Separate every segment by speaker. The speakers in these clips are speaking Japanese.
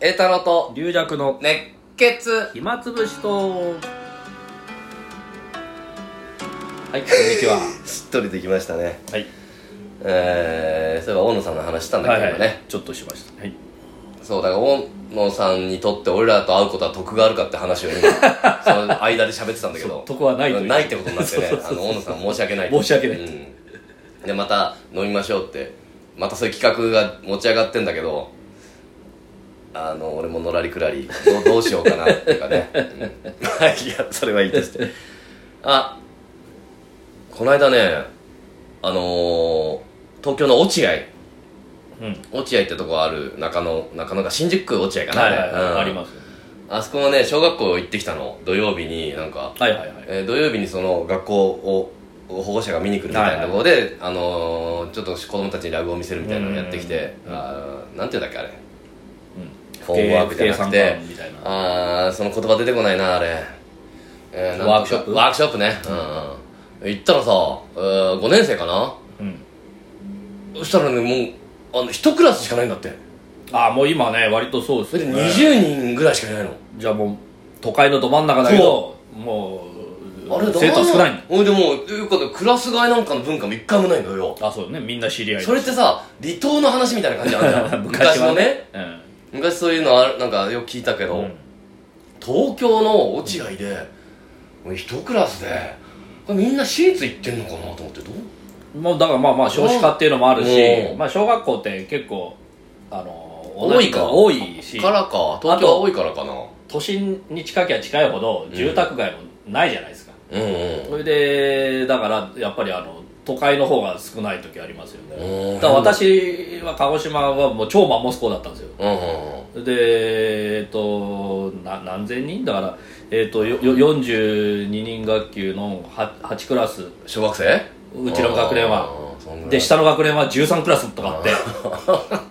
Speaker 1: 栄太郎と
Speaker 2: 龍弱の
Speaker 1: 熱血
Speaker 2: 暇つぶしとはいこんにちは
Speaker 1: しっとりできましたね
Speaker 2: はい
Speaker 1: えー、そういえば大野さんの話したんだけどね、
Speaker 2: ちょっとしましたはい
Speaker 1: そうだから大野さんにとって俺らと会うことは得があるかって話を 今その間で喋ってたんだけど
Speaker 2: 得はないという
Speaker 1: ないってことになってね
Speaker 2: そうそ
Speaker 1: あ
Speaker 2: う
Speaker 1: の大野さん申し訳ない
Speaker 2: 申し訳ない
Speaker 1: うんでまた飲みましょうってまたそういう企画が持ち上がってんだけどあの俺ものらりくらりどうどうしようかなっていうかね、 うんまあいやそれはいいとしてあこの間ねあのー東京の落合
Speaker 2: うん
Speaker 1: 落合ってとこある中野中野が新宿区落合かな、
Speaker 2: はいはいはい、
Speaker 1: うん
Speaker 2: あります
Speaker 1: あそこのね小学校行ってきたの土曜日になんか、
Speaker 2: はいはいはい
Speaker 1: えー土曜日にその学校を保護者が見に来るみたいなところで、あのーちょっと子供たちにラグを見せるみたいなのをやってきて、
Speaker 2: うん
Speaker 1: あーなんていうんだっけあれ
Speaker 2: うん
Speaker 1: フォームワークじゃなく
Speaker 2: 計
Speaker 1: て
Speaker 2: 算感みたいな
Speaker 1: あーその言葉出てこないなあれ、えなんとか
Speaker 2: ワークショップ
Speaker 1: ワークショップねうん、うん、行ったらさ、えー、5年生かな
Speaker 2: うん
Speaker 1: そしたらねもうあの1クラスしかないんだって
Speaker 2: ああもう今ね割とそうで
Speaker 1: そ
Speaker 2: す
Speaker 1: れで
Speaker 2: よね
Speaker 1: 20人ぐらいしかいないの、
Speaker 2: じゃあもう都会のど真ん中だけどもう
Speaker 1: あれ
Speaker 2: 生徒少ないんだ
Speaker 1: おいでもということでクラス替えなんかの文化も一回もないのよ
Speaker 2: あそうねみんな知り合い
Speaker 1: それってさ離島の話みたいな感じあるじゃん
Speaker 2: 昔は
Speaker 1: のね
Speaker 2: ねうん
Speaker 1: 昔そういうのあるなんかよく聞いたけど、東京の落合でもう一クラスでこれみんな私立行ってんのかなと思ってどう
Speaker 2: もうだからまあまあ少子化っていうのもある
Speaker 1: う
Speaker 2: し、
Speaker 1: ん
Speaker 2: まあ、小学校って結構あの
Speaker 1: 多いか
Speaker 2: 同じのが多いし
Speaker 1: からか東京は多いからかな
Speaker 2: 都心に近きゃ近いほど住宅街もないじゃないです
Speaker 1: うんう
Speaker 2: か、
Speaker 1: ん
Speaker 2: それでだからやっぱりあの都会の方が少ない時ありますよ
Speaker 1: うん
Speaker 2: ねだから私は鹿児島はもう超マンモス校だったんですよ
Speaker 1: うんうん
Speaker 2: でえっとな何千人だから、えっとよよ42人学級の 8, クラス
Speaker 1: 小学生
Speaker 2: うちの学年は
Speaker 1: あーそんぐらい
Speaker 2: で下の学年は13クラスとかあ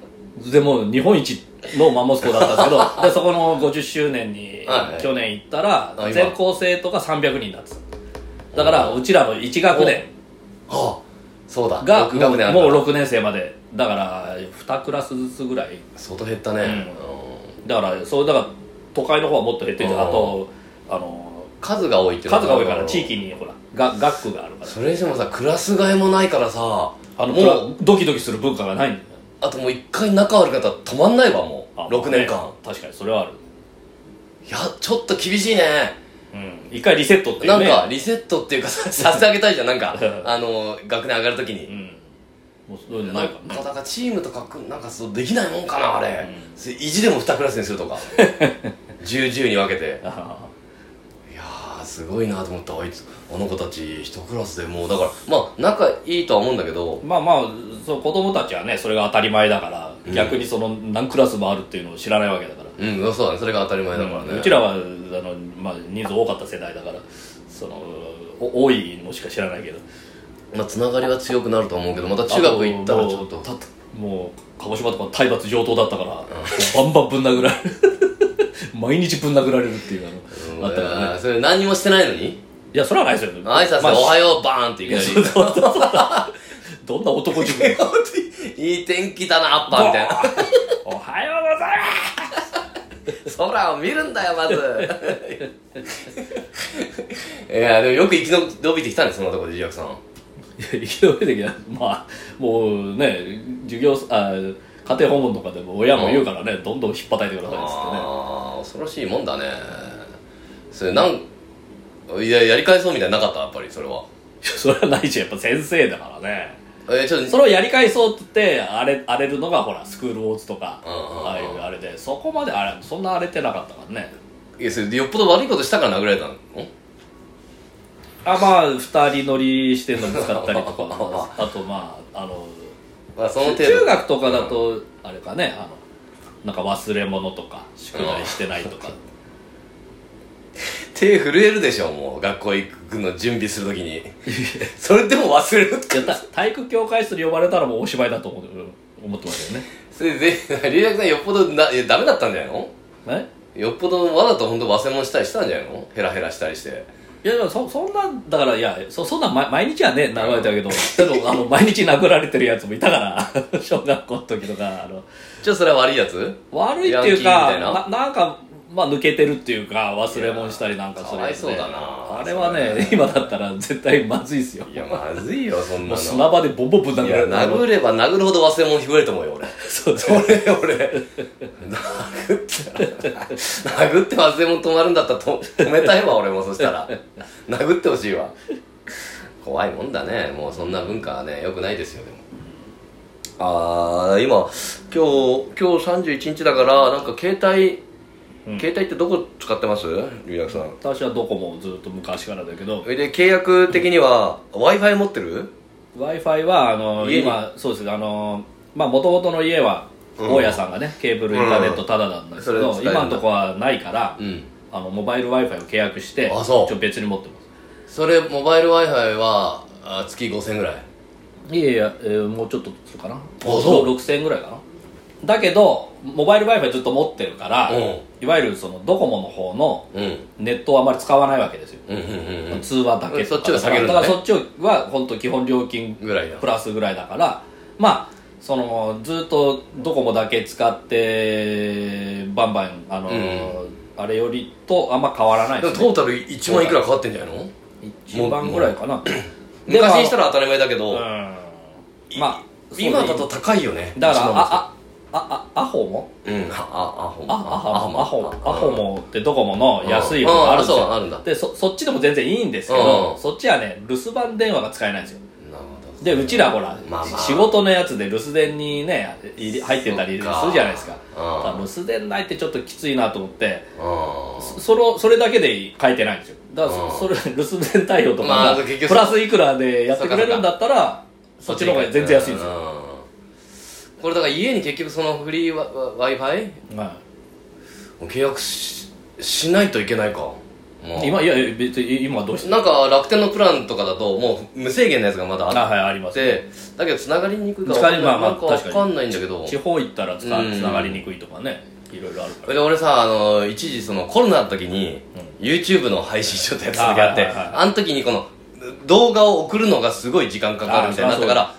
Speaker 2: ってでもう日本一のマンモス校だったんですけどでそこの50周年に
Speaker 1: はい
Speaker 2: 去年行ったら
Speaker 1: あ今
Speaker 2: 全校生徒が300人だったんですだからうちらの1学年
Speaker 1: あそうだ
Speaker 2: が
Speaker 1: 六学年ある
Speaker 2: もう
Speaker 1: から
Speaker 2: もう6年生までだから2クラスずつぐらい
Speaker 1: 相当減ったね、
Speaker 2: うん
Speaker 1: うん
Speaker 2: だからそうだから都会の方はもっと減ってるんです
Speaker 1: うん
Speaker 2: あとあの
Speaker 1: 数が多いっていうの
Speaker 2: 数が多いから地
Speaker 1: 域
Speaker 2: 域にほらが学区があるか
Speaker 1: それにしてもさクラス替えもないからさ
Speaker 2: らあの
Speaker 1: もう
Speaker 2: もうドキドキする文化がないんだよ
Speaker 1: あともう一回仲悪かったら止まんないわもう
Speaker 2: あ
Speaker 1: 6年間、
Speaker 2: ね確かにそれはある
Speaker 1: いやちょっと厳しいね
Speaker 2: うん一回リセットってい
Speaker 1: な
Speaker 2: うんね
Speaker 1: かリセット っていうかささせてあげたいじゃんなんかあの学年上がるとき
Speaker 2: う
Speaker 1: に、
Speaker 2: んもうそういうの
Speaker 1: な
Speaker 2: なんい
Speaker 1: か
Speaker 2: か
Speaker 1: な
Speaker 2: ら
Speaker 1: んかだ
Speaker 2: ね
Speaker 1: からチームとかなんかそうできないもんかなあれ、
Speaker 2: う
Speaker 1: それ意地でも2クラスにする とか10、10に分けて
Speaker 2: あ
Speaker 1: いやーすごいなと思ったあいつあの子たち1クラスでもうだからまあ仲いいとは思うんだけど
Speaker 2: ーまあまあそう子供たちはねそれが当たり前だから、
Speaker 1: うん
Speaker 2: 逆にその何クラスもあるっていうのを知らないわけだから
Speaker 1: うんそうだねそれが当たり前だからね、
Speaker 2: うんうちらはあの、まあ、人数多かった世代だからそのお多いのしか知らないけど
Speaker 1: まあつながりは強くなると思うけどまた中学行ったらちょっと
Speaker 2: あもうたもう鹿児島とか体罰上等だったから、バンバンぶん殴られる 毎日ぶん殴られるっていうあのあったからね
Speaker 1: それ何にもしてないのに
Speaker 2: いやそれはないですよ
Speaker 1: 挨拶で「
Speaker 2: まあ
Speaker 1: おはよう」バーンっていきなり
Speaker 2: そうそうそうどんな男
Speaker 1: 「
Speaker 2: 塾
Speaker 1: いい天気だなアッパー」みたいな
Speaker 2: おはようございま
Speaker 1: 「空を見るんだよまず」 いやでもよく生き延びてきたねそんなとこで自虐さん
Speaker 2: すいや生き延びてきたまあもうね授業あ家庭訪問とかでも親も言うからね、どんどん引っ叩いてくださいっつってね
Speaker 1: ああ恐ろしいもんだねそれなんいややり返そうみたいなのなかったやっぱりそれはい
Speaker 2: やそれはないしやっぱ先生だからね
Speaker 1: えちょっ
Speaker 2: そ
Speaker 1: と
Speaker 2: れをやり返そうって荒れ荒れるのがほらスクールウォーズとか
Speaker 1: うんうんうん
Speaker 2: ああいうあれでそこまであれそんな荒れてなかったからね
Speaker 1: いやそれよっぽど悪いことしたから殴られたの
Speaker 2: あまあ二人乗りしてんのぶつかったりとか
Speaker 1: あ
Speaker 2: あとまああの
Speaker 1: まあその程度
Speaker 2: 中学とかだとあれかねあのなんか忘れ物とか宿題してないとか
Speaker 1: 手震えるでしょもう学校行くの準備するとき にそれでも忘れるって
Speaker 2: いやた体育協会室に呼ばれたらもうお芝居だと思ううん思ってましたよね
Speaker 1: それで龍薬さんよっぽどないやダメだったんじゃないの
Speaker 2: え
Speaker 1: よっぽどわざと本当忘れ物したりしたんじゃないのヘラヘラしたりして
Speaker 2: いやでもそそんなだからいやそそんな毎毎日はね殴られてるけど、でもあの毎日殴られてるやつもいたから 小学校の時とかあの
Speaker 1: じゃあそれは悪いやつ
Speaker 2: 悪いってい
Speaker 1: ヤンキ
Speaker 2: う
Speaker 1: ーみ
Speaker 2: か
Speaker 1: たいな
Speaker 2: ななんか、まあ、抜けてるっていうか忘れ物したりなんかするやつで
Speaker 1: いやかわいそうだな
Speaker 2: あれは
Speaker 1: そ
Speaker 2: ね
Speaker 1: れ
Speaker 2: 今だったら絶対まずいですよ
Speaker 1: いやまずいよそんな
Speaker 2: も
Speaker 1: の
Speaker 2: う砂場でボンボンぶん殴
Speaker 1: い
Speaker 2: ら
Speaker 1: や
Speaker 2: れて
Speaker 1: 殴れば殴るほど忘れ物増えると思うよ俺
Speaker 2: そうそう
Speaker 1: それ 俺殴ったら殴って忘れ物止まるんだったらと止めたい わ俺もそしたら殴ってほしいわ怖いもんだねもうそんな文化はねよくないですよでもあー今今日今日31日だからなんか携帯、
Speaker 2: うん
Speaker 1: 携帯ってどこ使ってます龍薬さん
Speaker 2: 私はドコモをずっと昔からだけど
Speaker 1: それで契約的には w i f i 持ってる
Speaker 2: w i f i はあの
Speaker 1: 家に
Speaker 2: 今そうですあのまあ元々の家は
Speaker 1: うん
Speaker 2: 大家さんがね、ケーブルインターネットタダなんですけど、
Speaker 1: それ使えるんだ
Speaker 2: 今のとこはないから、
Speaker 1: うん
Speaker 2: あのモバイル w i f i を契約して
Speaker 1: あそう
Speaker 2: ちょっと別に持ってま
Speaker 1: それモバイル w i f i はあ月5000ぐらい
Speaker 2: すいやいや、えーもうちょっとするかな
Speaker 1: そう
Speaker 2: 6000円ぐらいかなだけどモバイル w i f i ずっと持ってるから、
Speaker 1: うん
Speaker 2: いわゆるそのドコモの方の
Speaker 1: うん
Speaker 2: ネットをあまり使わないわけですよ、
Speaker 1: うんうんうんうん
Speaker 2: 通話だけ
Speaker 1: そ
Speaker 2: とか
Speaker 1: っちを下げるんだ
Speaker 2: だ
Speaker 1: ね
Speaker 2: からそっちは本当基本料金
Speaker 1: ぐらいだ
Speaker 2: プラスぐらいだからまあそのずっとドコモだけ使ってバンバンあの、
Speaker 1: う
Speaker 2: あれよりとあんま変わらない
Speaker 1: で
Speaker 2: で
Speaker 1: も
Speaker 2: す
Speaker 1: ト
Speaker 2: ね
Speaker 1: ータル1万いくらかかってんじゃないの
Speaker 2: 一番ぐらいかなでも
Speaker 1: 昔にしたら当たり前だけど、
Speaker 2: うんまあそうね
Speaker 1: 今だと高いよね
Speaker 2: だから
Speaker 1: 一番
Speaker 2: ああああアホも
Speaker 1: うんああアホ
Speaker 2: あアホもアホ
Speaker 1: あ
Speaker 2: アホもってドコモの安い方
Speaker 1: うん
Speaker 2: があるんです
Speaker 1: あそう
Speaker 2: よ
Speaker 1: あるんだ
Speaker 2: でそそっちでも全然いいんですけど
Speaker 1: うん
Speaker 2: そっちはね留守番電話が使えないんですよ
Speaker 1: なるほど
Speaker 2: でうちらほら、
Speaker 1: まあまあ
Speaker 2: 仕事のやつで留守電にね入り入ってたりす
Speaker 1: そ
Speaker 2: る
Speaker 1: っか
Speaker 2: じゃないですか
Speaker 1: ん
Speaker 2: だから留守電ないってちょっときついなと思って
Speaker 1: あ
Speaker 2: そそれをそれだけで書いてないんですよだからそ,、
Speaker 1: うん
Speaker 2: それ留守電対応とかが、
Speaker 1: まあ結局
Speaker 2: プラスいくらでやってくれるんだったらそっちの方が全然安いんですよ、
Speaker 1: よこれだから家に結局そのフリー w i f i
Speaker 2: ま
Speaker 1: 契約ししないといけないかも
Speaker 2: あ、
Speaker 1: う
Speaker 2: 今いやいや別に今はどうして
Speaker 1: なんか楽天のプランとかだともう無制限のやつがまだ
Speaker 2: あ
Speaker 1: あっ
Speaker 2: はいあります
Speaker 1: てだけど繋がりにくいから
Speaker 2: 繋がりまあまあ
Speaker 1: なんかわ
Speaker 2: 確かに
Speaker 1: かんないんだけど
Speaker 2: 地方行ったらつな
Speaker 1: うん
Speaker 2: つながりにくいとかねいろいろあるか
Speaker 1: それで俺さあの一時そのコロナの時に、YouTube の配信しとったやつだけあってあ,、
Speaker 2: あはいはいはい
Speaker 1: の時にこの動画を送るのがすごい時間かかるみたいになったから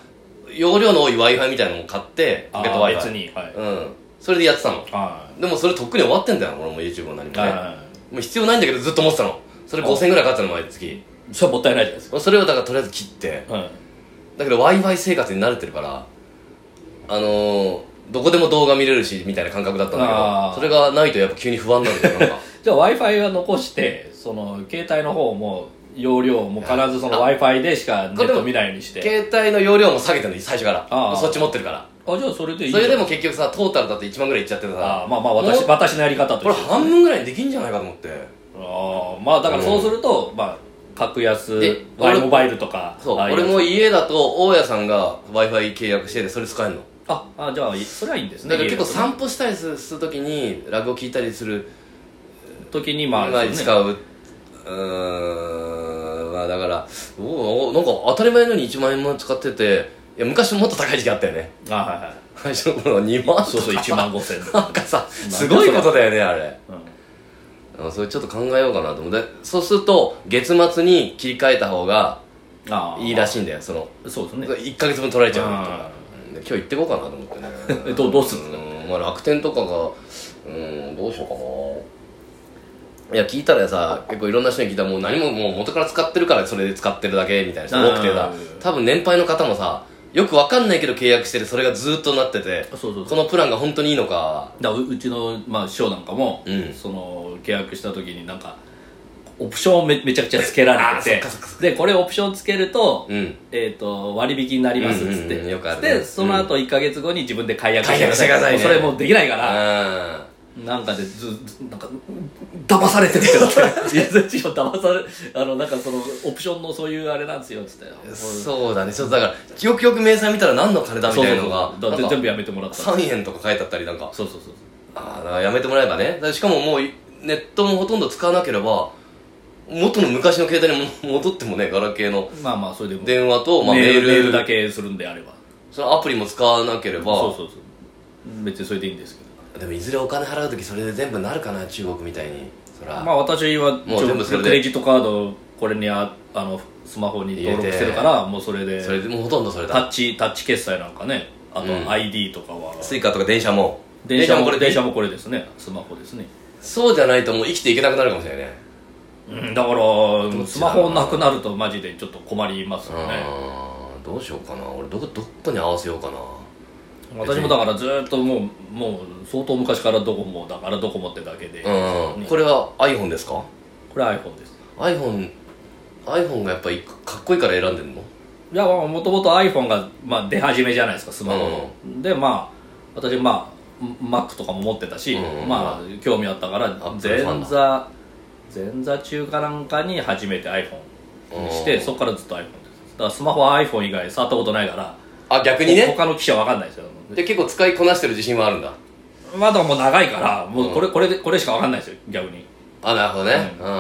Speaker 1: 容量の多い w i f i みたいなのを買って
Speaker 2: ら
Speaker 1: ポケット w
Speaker 2: あー
Speaker 1: i f
Speaker 2: 別
Speaker 1: i
Speaker 2: にはい、
Speaker 1: うんそれでやってたの
Speaker 2: は
Speaker 1: でもそれとっくに終わってんだよ俺も YouTube も何も
Speaker 2: いはい
Speaker 1: ね
Speaker 2: は
Speaker 1: もう必要ないんだけどずっと持ってたのそれ5000円ぐらいかかってたの毎月
Speaker 2: いそれはもったいないじゃないです
Speaker 1: それをだからとりあえず切って
Speaker 2: か、うん
Speaker 1: だけど w i f i 生活に慣れてるからあのーどこでも動画見れるしみたいな感覚だったんだけ
Speaker 2: あー
Speaker 1: どそれがないとやっぱ急に不安なんだよなん か
Speaker 2: じゃあ w i f i は残してその携帯の方も容量も必ずその w i f i でしかネット見ないようにして
Speaker 1: 携帯の容量も下げてるの最初から
Speaker 2: ああ
Speaker 1: そっち持ってるから
Speaker 2: あじゃあそれでいいじ
Speaker 1: そ
Speaker 2: ゃん
Speaker 1: れでも結局さトータルだって1万ぐらいいっちゃってた
Speaker 2: あ
Speaker 1: さ
Speaker 2: あまあまあ
Speaker 1: も
Speaker 2: 私
Speaker 1: う
Speaker 2: 私のやり方
Speaker 1: ことれ
Speaker 2: して
Speaker 1: 半分ぐらいにできんじゃないかと思って
Speaker 2: ああまあだからそうすると、まあ格安
Speaker 1: で
Speaker 2: Y
Speaker 1: 俺
Speaker 2: モバイルとか
Speaker 1: そう
Speaker 2: ああい
Speaker 1: 俺も家だと大家さんが w i f i 契約しててそれ使えるの
Speaker 2: ああじゃあいそれはいいんですね
Speaker 1: だから結構
Speaker 2: 家の
Speaker 1: 散歩したりするする時にラグを聞いたりする
Speaker 2: 時にまあ、
Speaker 1: 前に
Speaker 2: です
Speaker 1: 使ううーんまあだからおおなんか当たり前のように1万円も使ってていや昔もっと高い時期あったよね
Speaker 2: ねあはいはい
Speaker 1: 最初の頃は2万
Speaker 2: そうそう1万5000円と か、
Speaker 1: なんかさすごいことだよねあれ
Speaker 2: うん
Speaker 1: あそれちょっと考えようかなと思ってそうすると月末に切り替えた方が
Speaker 2: ああ
Speaker 1: いいらしいんだよその
Speaker 2: そうですね
Speaker 1: 1か月分取られちゃうとかで今日行ってこうかなと思ってね
Speaker 2: えどうどうすん
Speaker 1: うんまあ楽天とかがうんどうしようかないや聞いたらさ結構いろんな人に聞いたらもう何ももう元から使ってるからそれで使ってるだけみたいな人多くてさ
Speaker 2: うん
Speaker 1: 多分年配の方もさよくわかんないけど契約しててそれがずーっとなってて
Speaker 2: そうそうそう
Speaker 1: このプランが本当にいいのか
Speaker 2: だからううちの、まあ、師匠なんかも、
Speaker 1: うん
Speaker 2: その契約した時になんかオプションをめめちゃくちゃつけられて
Speaker 1: あーそってかそっか
Speaker 2: でこれオプションつけると,、
Speaker 1: うん
Speaker 2: えー、と割引になりますっつって、
Speaker 1: うんうんうんよくあるね
Speaker 2: でその後1か月後に自分で解約
Speaker 1: 解約してくださいね
Speaker 2: それもうできないから、
Speaker 1: あ
Speaker 2: なんかでずずなんか騙されてるけ どいやうちも騙されあのなんかそのオプションのそういうあれなんですよっつって
Speaker 1: ーそうだねちょっとだからよくよく明細見たら何の金だみたいなのが
Speaker 2: だって
Speaker 1: なんか
Speaker 2: 全部やめてもらったそう
Speaker 1: 3円とか書いてあったりなんか
Speaker 2: そうそうそう
Speaker 1: ああだからやめてもらえばねだからしかももうネットもほとんど使わなければ元の昔の携帯にも 戻ってもねガラケーの
Speaker 2: まあまあそれでもメ
Speaker 1: 電話と、まあ、メ
Speaker 2: ー
Speaker 1: ー
Speaker 2: ル
Speaker 1: ル
Speaker 2: メールだけするんであれば
Speaker 1: そのアプリも使わなければ
Speaker 2: そうそうそう別にそれでいいんですけど
Speaker 1: でもいずれお金払う時それで全部なるかな中国みたいにそら、
Speaker 2: まあ私は
Speaker 1: もう全部
Speaker 2: ちょ
Speaker 1: それで
Speaker 2: クレジットカードこれにああのスマホに登
Speaker 1: 入れ
Speaker 2: 録
Speaker 1: て
Speaker 2: してるからもうそれで
Speaker 1: それでもうほとんどそれ
Speaker 2: タ
Speaker 1: だ
Speaker 2: ッチタッチ決済なんかねあ
Speaker 1: うん
Speaker 2: と ID とかは、
Speaker 1: スイカとか電車も
Speaker 2: 電車も
Speaker 1: これでい
Speaker 2: 電
Speaker 1: い
Speaker 2: 車もこれですねスマホですね
Speaker 1: そうじゃないともう生きていけなくなるかもしれないね
Speaker 2: うんだか
Speaker 1: ちだろう
Speaker 2: らスマホなくなるとマジでちょっと困りますよね
Speaker 1: あーどうしようかな俺どこどこに合わせようかな
Speaker 2: 私もだからずっともうもう相当昔からドコモだからドコモってだけで、
Speaker 1: うん、
Speaker 2: ね
Speaker 1: これは iPhone ですか
Speaker 2: これ iPhone です
Speaker 1: iPhone, iPhone がやっぱりかっこいいから選んでんの
Speaker 2: いやもともと iPhone が、まあ、出始めじゃないですかスマホの、でまあ私まあ Mac とかも持ってたし、
Speaker 1: うんうん
Speaker 2: まあ興味あったから
Speaker 1: ップル
Speaker 2: 前
Speaker 1: ファンだ
Speaker 2: 座前座中かなんかに初めて iPhone にし
Speaker 1: う
Speaker 2: て
Speaker 1: ん
Speaker 2: そこからずっと iPhone ですだからスマホは iPhone 以外触ったことないから
Speaker 1: あ逆にね
Speaker 2: 他の機種は分かんないですよ
Speaker 1: で結構使いこなしてる自信はあるんだ
Speaker 2: まだもう長いからもうこれ,、
Speaker 1: う
Speaker 2: これでこれしか分かんないですよ逆に
Speaker 1: あなるほどね、うん、うんう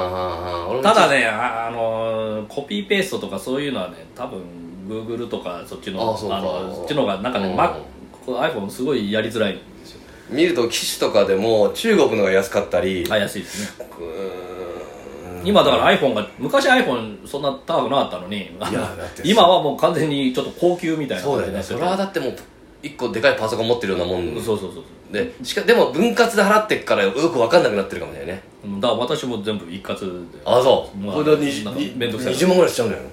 Speaker 1: ん俺も
Speaker 2: ただねあ、あのーコピーペーストとかそういうのはね多分 Google とかそっちの
Speaker 1: あそうか
Speaker 2: のそっちのがなんかね、
Speaker 1: うん
Speaker 2: Mac こう iPhone すごいやりづらいんですよ
Speaker 1: 見ると機種とかでも中国のが安かったり
Speaker 2: 怪しいですね
Speaker 1: うーん
Speaker 2: 今だから iPhone が昔 iPhone そんな高くなかったのに
Speaker 1: やだって
Speaker 2: 今はもう完全にちょっと高級みたいな
Speaker 1: そうだよ
Speaker 2: にな
Speaker 1: ね
Speaker 2: っ
Speaker 1: そ
Speaker 2: てる
Speaker 1: れはだってもう一個でかいパソコン持ってるようなもん
Speaker 2: そうそうそう
Speaker 1: でしかでも分割で払ってっからよく分かんなくなってるかもしれないね
Speaker 2: うんだから私も全部一括でだか
Speaker 1: あそう、
Speaker 2: まあ
Speaker 1: これで
Speaker 2: なんか面倒くさい
Speaker 1: 20万ぐらいしちゃうんじゃない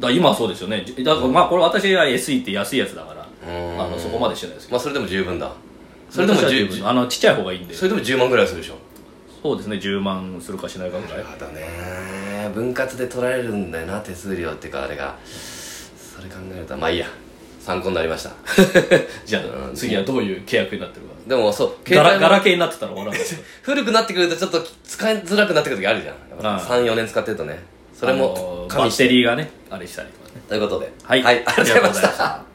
Speaker 2: ら今はそうですよねじだからまあこれ私は SE って安いやつだから
Speaker 1: うん
Speaker 2: あのそこまでしてないですけど
Speaker 1: まあそれでも十分だそれでも
Speaker 2: 私は
Speaker 1: 十
Speaker 2: 十分あのちっちゃい方がいいんで
Speaker 1: それでも10万ぐらいするでしょ
Speaker 2: そうですね10万するかしないかぐらい
Speaker 1: やだね分割で取られるんだよな手数料っていうかあれがそれ考えるとまあいいや参考になりました
Speaker 2: じゃあ次はどういう契約になってるか
Speaker 1: でもそう
Speaker 2: ガラガ
Speaker 1: も
Speaker 2: ラ系になってたら終わらないですよ
Speaker 1: 古くなってくるとちょっと使いづらくなってくる時あるじゃん
Speaker 2: ああ
Speaker 1: 34年使ってるとねそれ
Speaker 2: あの
Speaker 1: も
Speaker 2: バ
Speaker 1: 加味
Speaker 2: ッ
Speaker 1: して
Speaker 2: テリーがねあれしたりとかね
Speaker 1: ということで
Speaker 2: は
Speaker 1: はい、ありがとうございました
Speaker 2: た